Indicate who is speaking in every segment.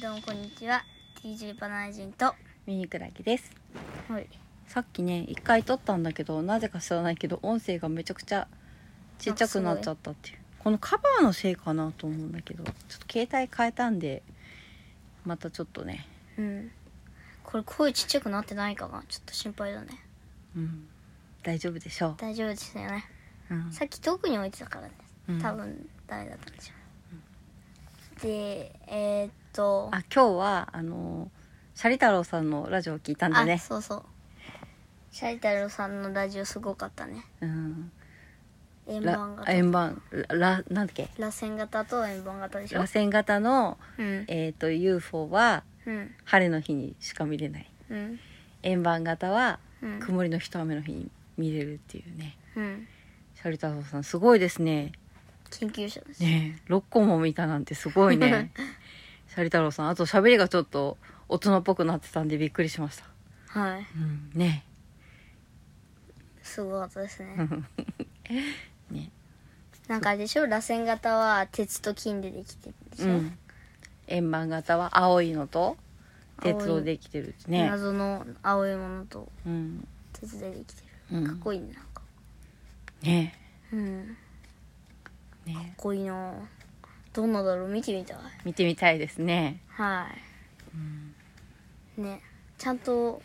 Speaker 1: ちは TJ バナナ人と
Speaker 2: ミニクラゲです
Speaker 1: はい
Speaker 2: さっきね一回撮ったんだけどなぜか知らないけど音声がめちゃくちゃちっちゃくなっちゃったっていうこのカバーのせいかなと思うんだけどちょっと携帯変えたんでまたちょっとね、
Speaker 1: うんこれ声ちっちゃくなってないかなちょっと心配だね
Speaker 2: うん、大丈夫でしょ
Speaker 1: 大丈夫ですよね
Speaker 2: う、うん
Speaker 1: さっき遠くに置いてたからね
Speaker 2: うん
Speaker 1: 多分ダメだったんでしょう、でえー、っと
Speaker 2: あ今日はあのシャリ太郎さんのラジオを聞いたんだ
Speaker 1: あ
Speaker 2: ね
Speaker 1: そうそうシャリ太郎さんのラジオすごかったね
Speaker 2: うん
Speaker 1: 円盤
Speaker 2: ら
Speaker 1: 型
Speaker 2: 円盤らなんだっけ
Speaker 1: 螺旋型と円盤型でしょ
Speaker 2: 螺旋型の、
Speaker 1: うん
Speaker 2: えー、と UFO は
Speaker 1: うん
Speaker 2: 晴れの日にしか見れない
Speaker 1: うん
Speaker 2: 円盤型は
Speaker 1: うん
Speaker 2: 曇りの日と雨の日に見れるっていうね
Speaker 1: うん
Speaker 2: シャリタソさんすごいですね
Speaker 1: 研究者です
Speaker 2: ねえ6個も見たなんてすごい ねシャリ太郎さんあと喋りがちょっと大人っぽくなってたんでびっくりしました、
Speaker 1: はい
Speaker 2: うん、ね
Speaker 1: すごかったですね、
Speaker 2: えね
Speaker 1: なんかあれでしょ螺旋型は鉄と金でできてるでし
Speaker 2: え、
Speaker 1: ょ、
Speaker 2: うん、円盤型は青いのと鉄
Speaker 1: 青
Speaker 2: を
Speaker 1: い
Speaker 2: できてるってね
Speaker 1: 謎の青いものと
Speaker 2: うん、
Speaker 1: 鉄でできて
Speaker 2: う
Speaker 1: る、
Speaker 2: ん
Speaker 1: かっこいいねなんか
Speaker 2: ね
Speaker 1: うん
Speaker 2: えねえ
Speaker 1: かっこいいなどんなだろう見てみたい
Speaker 2: 見てみたいですね
Speaker 1: はいねちゃんと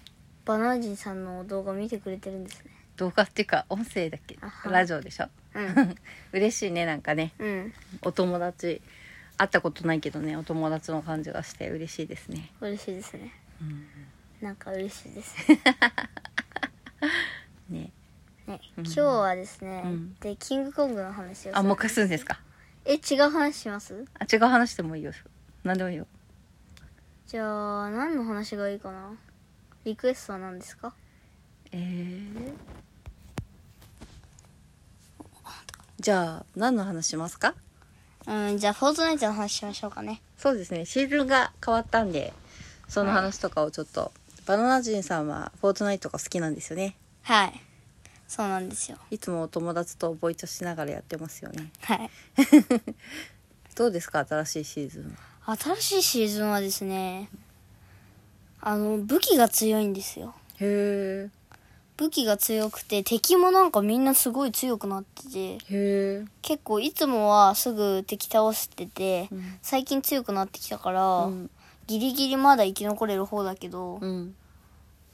Speaker 1: バナナ人さんの動画見てくれてるんですね
Speaker 2: 動画っていうか音声だっけ
Speaker 1: あは
Speaker 2: ラジオでしょ 嬉しいねなんかね
Speaker 1: うんうん
Speaker 2: お友達会ったことないけどねお友達の感じがして嬉しいですね
Speaker 1: 嬉しいですねなんか嬉しい です
Speaker 2: ね
Speaker 1: ね今日はですね、
Speaker 2: うん
Speaker 1: でキングコングの話を
Speaker 2: あもう一回するんですか
Speaker 1: え違う話します
Speaker 2: あ違う話でもいいよ何でもいいよ
Speaker 1: じゃあ何の話がいいかなリクエストは何ですか
Speaker 2: えー、じゃあ何の話しますか
Speaker 1: うんじゃあフォートナイトの話しましょうかね
Speaker 2: そうですねシーズンが変わったんでその話とかをちょっと、バナナ人さんはフォートナイトが好きなんですよね
Speaker 1: はいそうなんですよ
Speaker 2: いつもお友達とボイチャしながらやってますよね
Speaker 1: はい
Speaker 2: どうですか新しいシーズンは
Speaker 1: 新しいシーズンはですねあの武器が強いんですよ
Speaker 2: へ
Speaker 1: 武器が強くて敵もなんかみんなすごい強くなってて
Speaker 2: えへえ
Speaker 1: 結構いつもはすぐ敵倒してて、
Speaker 2: ん
Speaker 1: 最近強くなってきたから、
Speaker 2: うん
Speaker 1: ギリギリまだ生き残れる方だけど、
Speaker 2: うん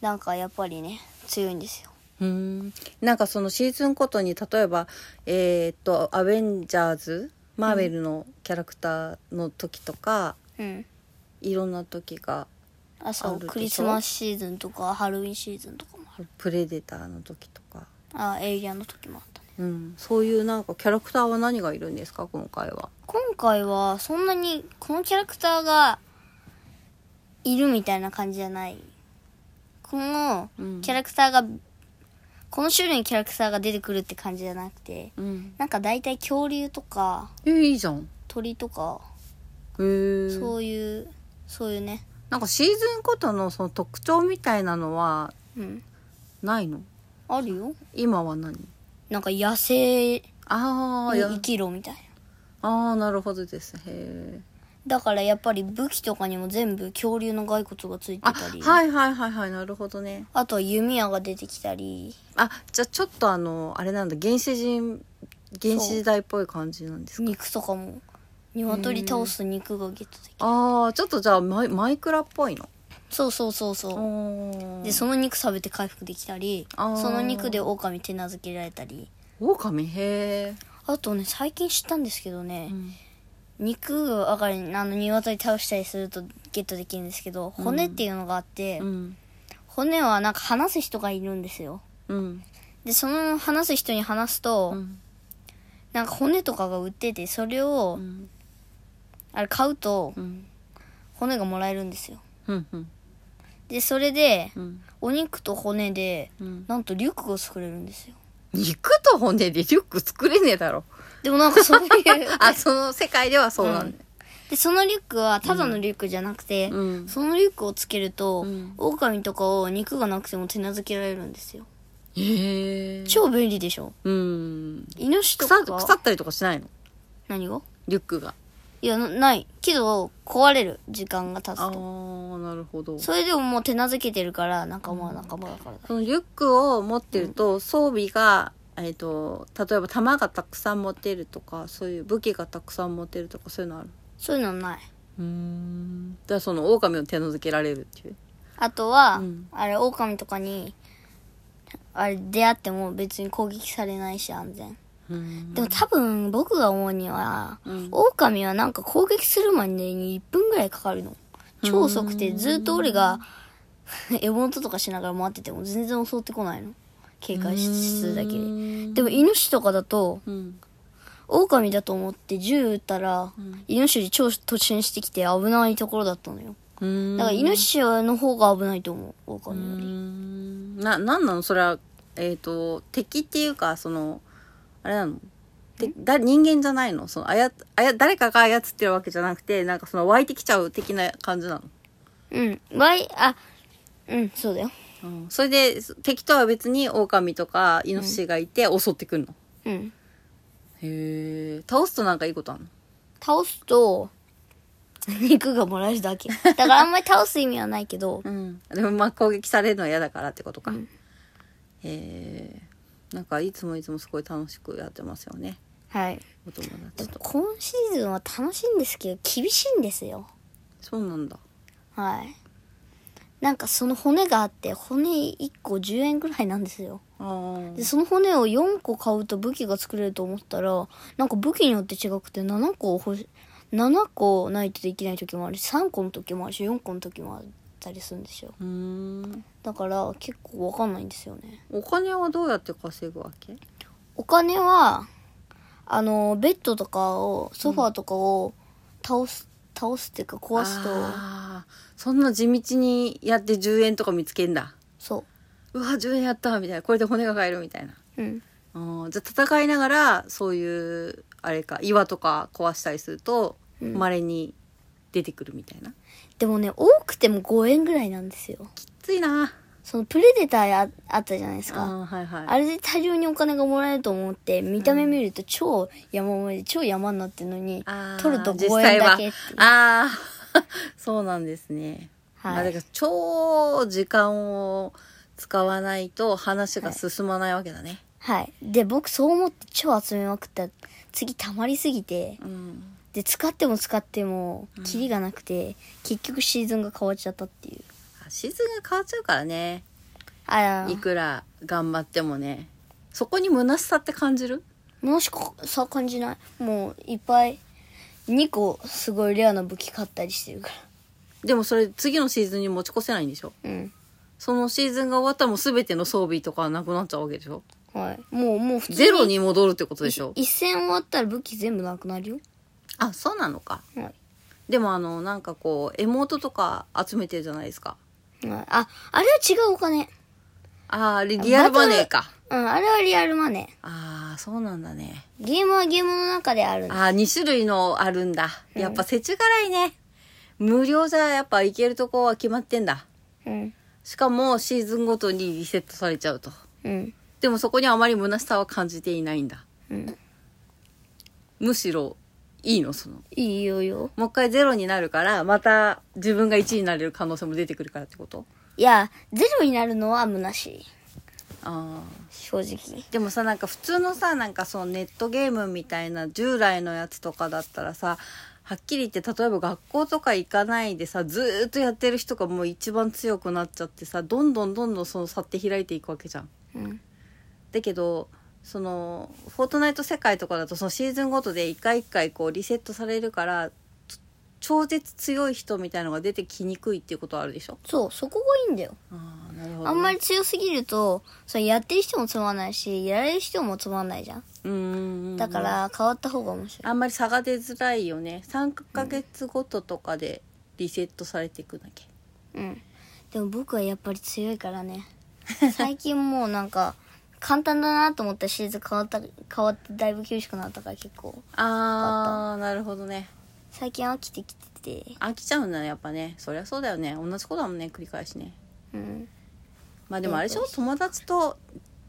Speaker 1: なんかやっぱりね強いんですよ
Speaker 2: うーんなんかそのシーズンごとに例えばえーっと「アベンジャーズ」マーベルのキャラクターの時とか、
Speaker 1: うん
Speaker 2: いろんな時が
Speaker 1: あそ
Speaker 2: ある
Speaker 1: う
Speaker 2: でしょ
Speaker 1: クリスマスシーズンとかハロウィンシーズンとかもある
Speaker 2: プレデターの時とか、
Speaker 1: あエイリアンの時もあったね
Speaker 2: うん、そういうなんかキャラクターは何がいるんですか今回は。
Speaker 1: 今回はそんなにこのキャラクターがいるみたいな感じじゃないこの
Speaker 2: うん
Speaker 1: キャラクターが、この種類のキャラクターが出てくるって感じじゃなくて
Speaker 2: うん、
Speaker 1: なんか大体恐竜とか
Speaker 2: えいいじゃん。
Speaker 1: 鳥とか、
Speaker 2: へえ
Speaker 1: そういうそういうね
Speaker 2: なんかシーズンごとのその特徴みたいなのは
Speaker 1: うん
Speaker 2: ないの
Speaker 1: あるよ
Speaker 2: 今は何
Speaker 1: なんか野生に
Speaker 2: あーいや
Speaker 1: 生きろみたいな
Speaker 2: あーなるほどですへえ
Speaker 1: だからやっぱり武器とかにも全部恐竜の骸骨がついて
Speaker 2: あ
Speaker 1: たり
Speaker 2: はいはいはいはいなるほどね
Speaker 1: あとは弓矢が出てきたり
Speaker 2: あじゃあちょっとあのあれなんだ原始人原始時代っぽい感じなんですか
Speaker 1: 肉とかも鶏倒す肉がゲットできる
Speaker 2: ああちょっとじゃあマイマイクラっぽいの
Speaker 1: そうそうそうそ
Speaker 2: お
Speaker 1: う
Speaker 2: で
Speaker 1: で
Speaker 2: そ
Speaker 1: その肉食べて回復できたり
Speaker 2: あー
Speaker 1: その肉で狼手なずけられたり
Speaker 2: オオカミへえ、
Speaker 1: あとね最近知ったんですけどね、肉が上がりあの鶏倒したりするとゲットできるんですけど骨っていうのがあって、
Speaker 2: うん
Speaker 1: 骨はなんか話す人がいるんですよ
Speaker 2: うん
Speaker 1: でその話す人に話すと、
Speaker 2: うん
Speaker 1: なんか骨とかが売っててそれ
Speaker 2: う
Speaker 1: を、
Speaker 2: ん
Speaker 1: あれ買うと
Speaker 2: うん
Speaker 1: 骨がもらえるんですよ
Speaker 2: うんうん
Speaker 1: でそれで
Speaker 2: うん
Speaker 1: お肉と骨で
Speaker 2: うん
Speaker 1: なんとリュックが作れるんですよ
Speaker 2: 肉と骨でリュック作れねえだろ
Speaker 1: でもなんか そういう
Speaker 2: あその世界ではそうなんだ、
Speaker 1: でそのリュックはただのリュックじゃなくて、
Speaker 2: うん
Speaker 1: そのリュックをつけると、
Speaker 2: うん
Speaker 1: 狼とかを肉がなくても手なずけられるんですよ
Speaker 2: へえ
Speaker 1: 超便利でしょ
Speaker 2: うん
Speaker 1: イノシシと
Speaker 2: 腐
Speaker 1: か
Speaker 2: 腐ったりとかしないの
Speaker 1: 何が
Speaker 2: リュックが
Speaker 1: いや、なない。けど、壊れる。時間が経つ
Speaker 2: あ
Speaker 1: と。
Speaker 2: ーなるほどそ
Speaker 1: それでももう手なずけてるから、仲間は仲間だからだ。
Speaker 2: のリュックを持ってると装備が、えっと例えば弾がたくさん持てるとかそういう武器がたくさん持てるとかそういうのある
Speaker 1: そういうのない。
Speaker 2: うんじゃあその狼を手のづけられるっていう
Speaker 1: あとは、
Speaker 2: うん
Speaker 1: あれ、狼とかに、あれ、出会っても別に攻撃されないし、安全。
Speaker 2: うん
Speaker 1: でも多分、僕が思うには、
Speaker 2: うん
Speaker 1: 狼はなんか攻撃するまでに1分ぐらいかかるの。超遅くて、ずっと俺が、 獲物とかしながら待ってても全然襲ってこないの。警戒しするだけで。でも、イノシシとかだと、
Speaker 2: うん
Speaker 1: 狼だと思って銃撃ったら、イノシシ超突進してきて危ないところだったのよ。
Speaker 2: うん
Speaker 1: だからイノシシの方が危ないと思う、狼よ
Speaker 2: うー
Speaker 1: り。
Speaker 2: んななんなのそれはえっ、と敵っていうかそのあれなのてだ人間じゃないのそのあやあや誰かが操ってるわけじゃなくてなんかその湧いてきちゃう的な感じなの、
Speaker 1: うん。わい、あ、うん、そうだよ。
Speaker 2: うん、それでそ敵とは別に狼とかイノシシがいて襲ってくるの、
Speaker 1: うん。
Speaker 2: へえ倒すとなんかいいことあるの
Speaker 1: 倒すと、 肉がもらえるだけ。だからあんまり倒す意味はないけど、
Speaker 2: うん、でもまあ攻撃されるのは嫌だからってことか、へえなんかいつもいつもすごい楽しくやってますよね
Speaker 1: はい。
Speaker 2: お友
Speaker 1: で
Speaker 2: 達
Speaker 1: も
Speaker 2: と
Speaker 1: 今シーズンは楽しいんですけど、厳しいんですよ。
Speaker 2: そうなんだ
Speaker 1: はい。なんかその骨があって、骨1個10円ぐらいなんですよ。
Speaker 2: あー
Speaker 1: で、その骨を4個買うと武器が作れると思ったら、なんか武器によって違くて7個欲し、7個ないとできない時もあるし、3個の時もあるし、4個の時もあったりするんですよ。
Speaker 2: うーん
Speaker 1: だから結構わかんないんですよね。
Speaker 2: お金はどうやって稼ぐわけ
Speaker 1: お金は、あの、ベッドとかを、ソファーとかを倒す、倒すっていうか壊すと、
Speaker 2: あーそんな地道にやって10円とか見つけんだ
Speaker 1: そう
Speaker 2: わ10円やったみたいなこれで骨が買えるみたいな
Speaker 1: う。うん。
Speaker 2: あーじゃあ戦いながらそういうあれか岩とか壊したりすると
Speaker 1: うん
Speaker 2: まれ、稀に出てくるみたいな
Speaker 1: でもね、多くても5円ぐらいなんですよ。
Speaker 2: きついな
Speaker 1: そのプレデターああったじゃないです
Speaker 2: あ
Speaker 1: か。
Speaker 2: ーはいはい
Speaker 1: あれで大量にお金がもらえると思って、見た目見ると超山盛りで、超山になってるのに
Speaker 2: あー、
Speaker 1: 取ると
Speaker 2: 実
Speaker 1: 5
Speaker 2: 際
Speaker 1: 円
Speaker 2: は
Speaker 1: だけっていう。
Speaker 2: ああ そうなんですね、まあ
Speaker 1: は
Speaker 2: だ
Speaker 1: い
Speaker 2: か。ら超時間を使わないと話が進まないわけだね、
Speaker 1: はい。で、僕そう思って超集めまくったら。次溜まりすぎて、
Speaker 2: うん
Speaker 1: で、使っても使っても、キリがなくて、結局シーズンが変わっちゃったっていう。
Speaker 2: シーズンが変わっちゃうからね
Speaker 1: あら
Speaker 2: い、くら頑張ってもねそこに虚しさって感じる
Speaker 1: もしか、さ感じない。もう、いっぱい、2個、すごいレアな武器買ったりしてるか
Speaker 2: でもそれ次のシーズンに持ち越せないんでしょ
Speaker 1: ら。うん。
Speaker 2: そのシーズンが終わったらもう全ての装備とかなくなっちゃうわけでしょ
Speaker 1: はい。もう、もう普通に。
Speaker 2: ゼロに戻るってことでしょ
Speaker 1: 一戦終わったら武器全部なくなるよ。
Speaker 2: あそうなのか
Speaker 1: はい。
Speaker 2: でもあのなんかこうエモートとか集めてるじゃないですか
Speaker 1: はいあ、あれは違うお金。
Speaker 2: ああリリアルマネーか
Speaker 1: うん、あれはリアルマネ
Speaker 2: ああそうなんだね
Speaker 1: ー。ゲームはゲームの中であるんだ。
Speaker 2: ああ2種類のあるんだやっぱ世知辛いね無料じゃやっぱ行けるとこは決まってんだ
Speaker 1: うん。
Speaker 2: しかもシーズンごとにリセットされちゃうと。
Speaker 1: うん。
Speaker 2: でもそこにあまり虚しさは感じていないんだ。
Speaker 1: うん。
Speaker 2: むしろいいのその。
Speaker 1: いいよいいよ。
Speaker 2: もう一回ゼロになるから、また自分が1になれる可能性も出てくるからってこと
Speaker 1: いや、ゼロになるのは虚しい。
Speaker 2: ああ。
Speaker 1: 正直。
Speaker 2: でもさなんか普通のさなんかそのネットゲームみたいな従来のやつとかだったらさはっきり言って例えば学校とか行かないでさずーっとやってる人がもう一番強くなっちゃってさどんどんどんどんその差って開いていくわけじゃん。
Speaker 1: うん。
Speaker 2: だけどそのフォートナイト世界とかだとそのシーズンごとで一回一回こうリセットされるからちょ超絶強い人みたいのが出てきにくいっていうことはあるでしょ
Speaker 1: そう、そこがいいんだよ。
Speaker 2: あなるほ
Speaker 1: あんまり強すぎると、それやってる人もつまんないし、やられる人もつまんないじゃん。
Speaker 2: うんうんうん
Speaker 1: だから、変わった方が面白い。
Speaker 2: あんまり差が出づらいよね3ヶ月ごととかでリセットされていくんだっけ
Speaker 1: うん。でも僕はやっぱり強いからね。 最近もうなんか、簡単だなと思ったシリーズン変わった、変わってだいぶ厳しくなったから結構。
Speaker 2: ああなるほどね
Speaker 1: 最近飽きてきてて。
Speaker 2: 飽きちゃうんだねやっぱねそりゃそうだよね同じことだもんね繰り返しね
Speaker 1: うん。
Speaker 2: まあでもあれでしょ友達と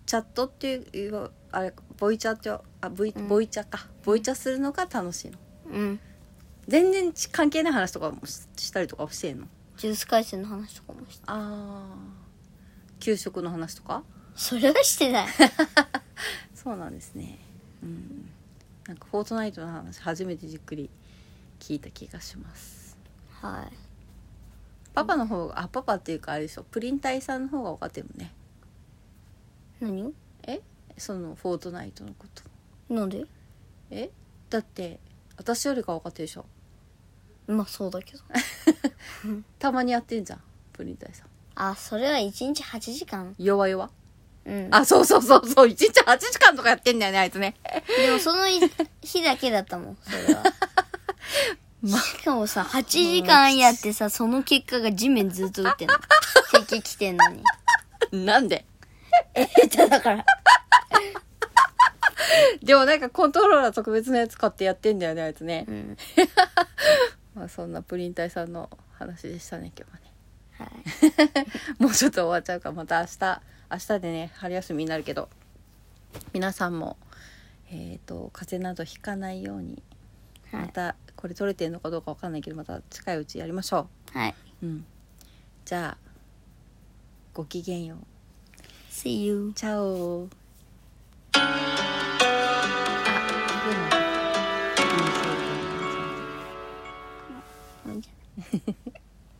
Speaker 2: チャットっていうあれボイチャってあボイボイチャかボイチャするのが楽しいの
Speaker 1: うん。
Speaker 2: 全然ち関係ない話とかもししたりとかはしてんの
Speaker 1: ジュース回線の話とかもして
Speaker 2: あー給食の話とか
Speaker 1: それはして ない
Speaker 2: そうなんですねうんなんか「フォートナイト」の話初めてじっくり聞いた気がします
Speaker 1: はい
Speaker 2: パパの方があパパっていうかあれでしょプリン体さんの方が分かってるもんね
Speaker 1: 何を
Speaker 2: えその「フォートナイト」のこと
Speaker 1: なんで
Speaker 2: えだって私よりか分かってるでしょ
Speaker 1: まあそうだけ ど
Speaker 2: たまにやってんじゃんプリン体さん
Speaker 1: あそれは1日8時間
Speaker 2: 弱々
Speaker 1: うん
Speaker 2: あそうそうそうそう1日8時間とかやってんだよねあいつね
Speaker 1: でもそのい日だけだったもんそ れは、しかもさ8時間やってさその結果が地面ずっと打 ってんの咳来てんのに
Speaker 2: なんで
Speaker 1: 下手だから
Speaker 2: でもなんかコントローラー特別なやつ買ってやってんだよねあいつね
Speaker 1: う、ん
Speaker 2: まあそんなプリン体さんの話でしたね今日はね
Speaker 1: はい
Speaker 2: もうちょっと終わっちゃうからまた明日明日でね春休みになるけど皆さんもえっ、と風邪などひかないように
Speaker 1: は
Speaker 2: ま
Speaker 1: い、
Speaker 2: たこれ取れてるのかどうかわかんないけどまた近いうちやりましょ
Speaker 1: はい、
Speaker 2: ううんじゃあごきげんよう
Speaker 1: See you
Speaker 2: チャオあでもうんそうだね
Speaker 1: うん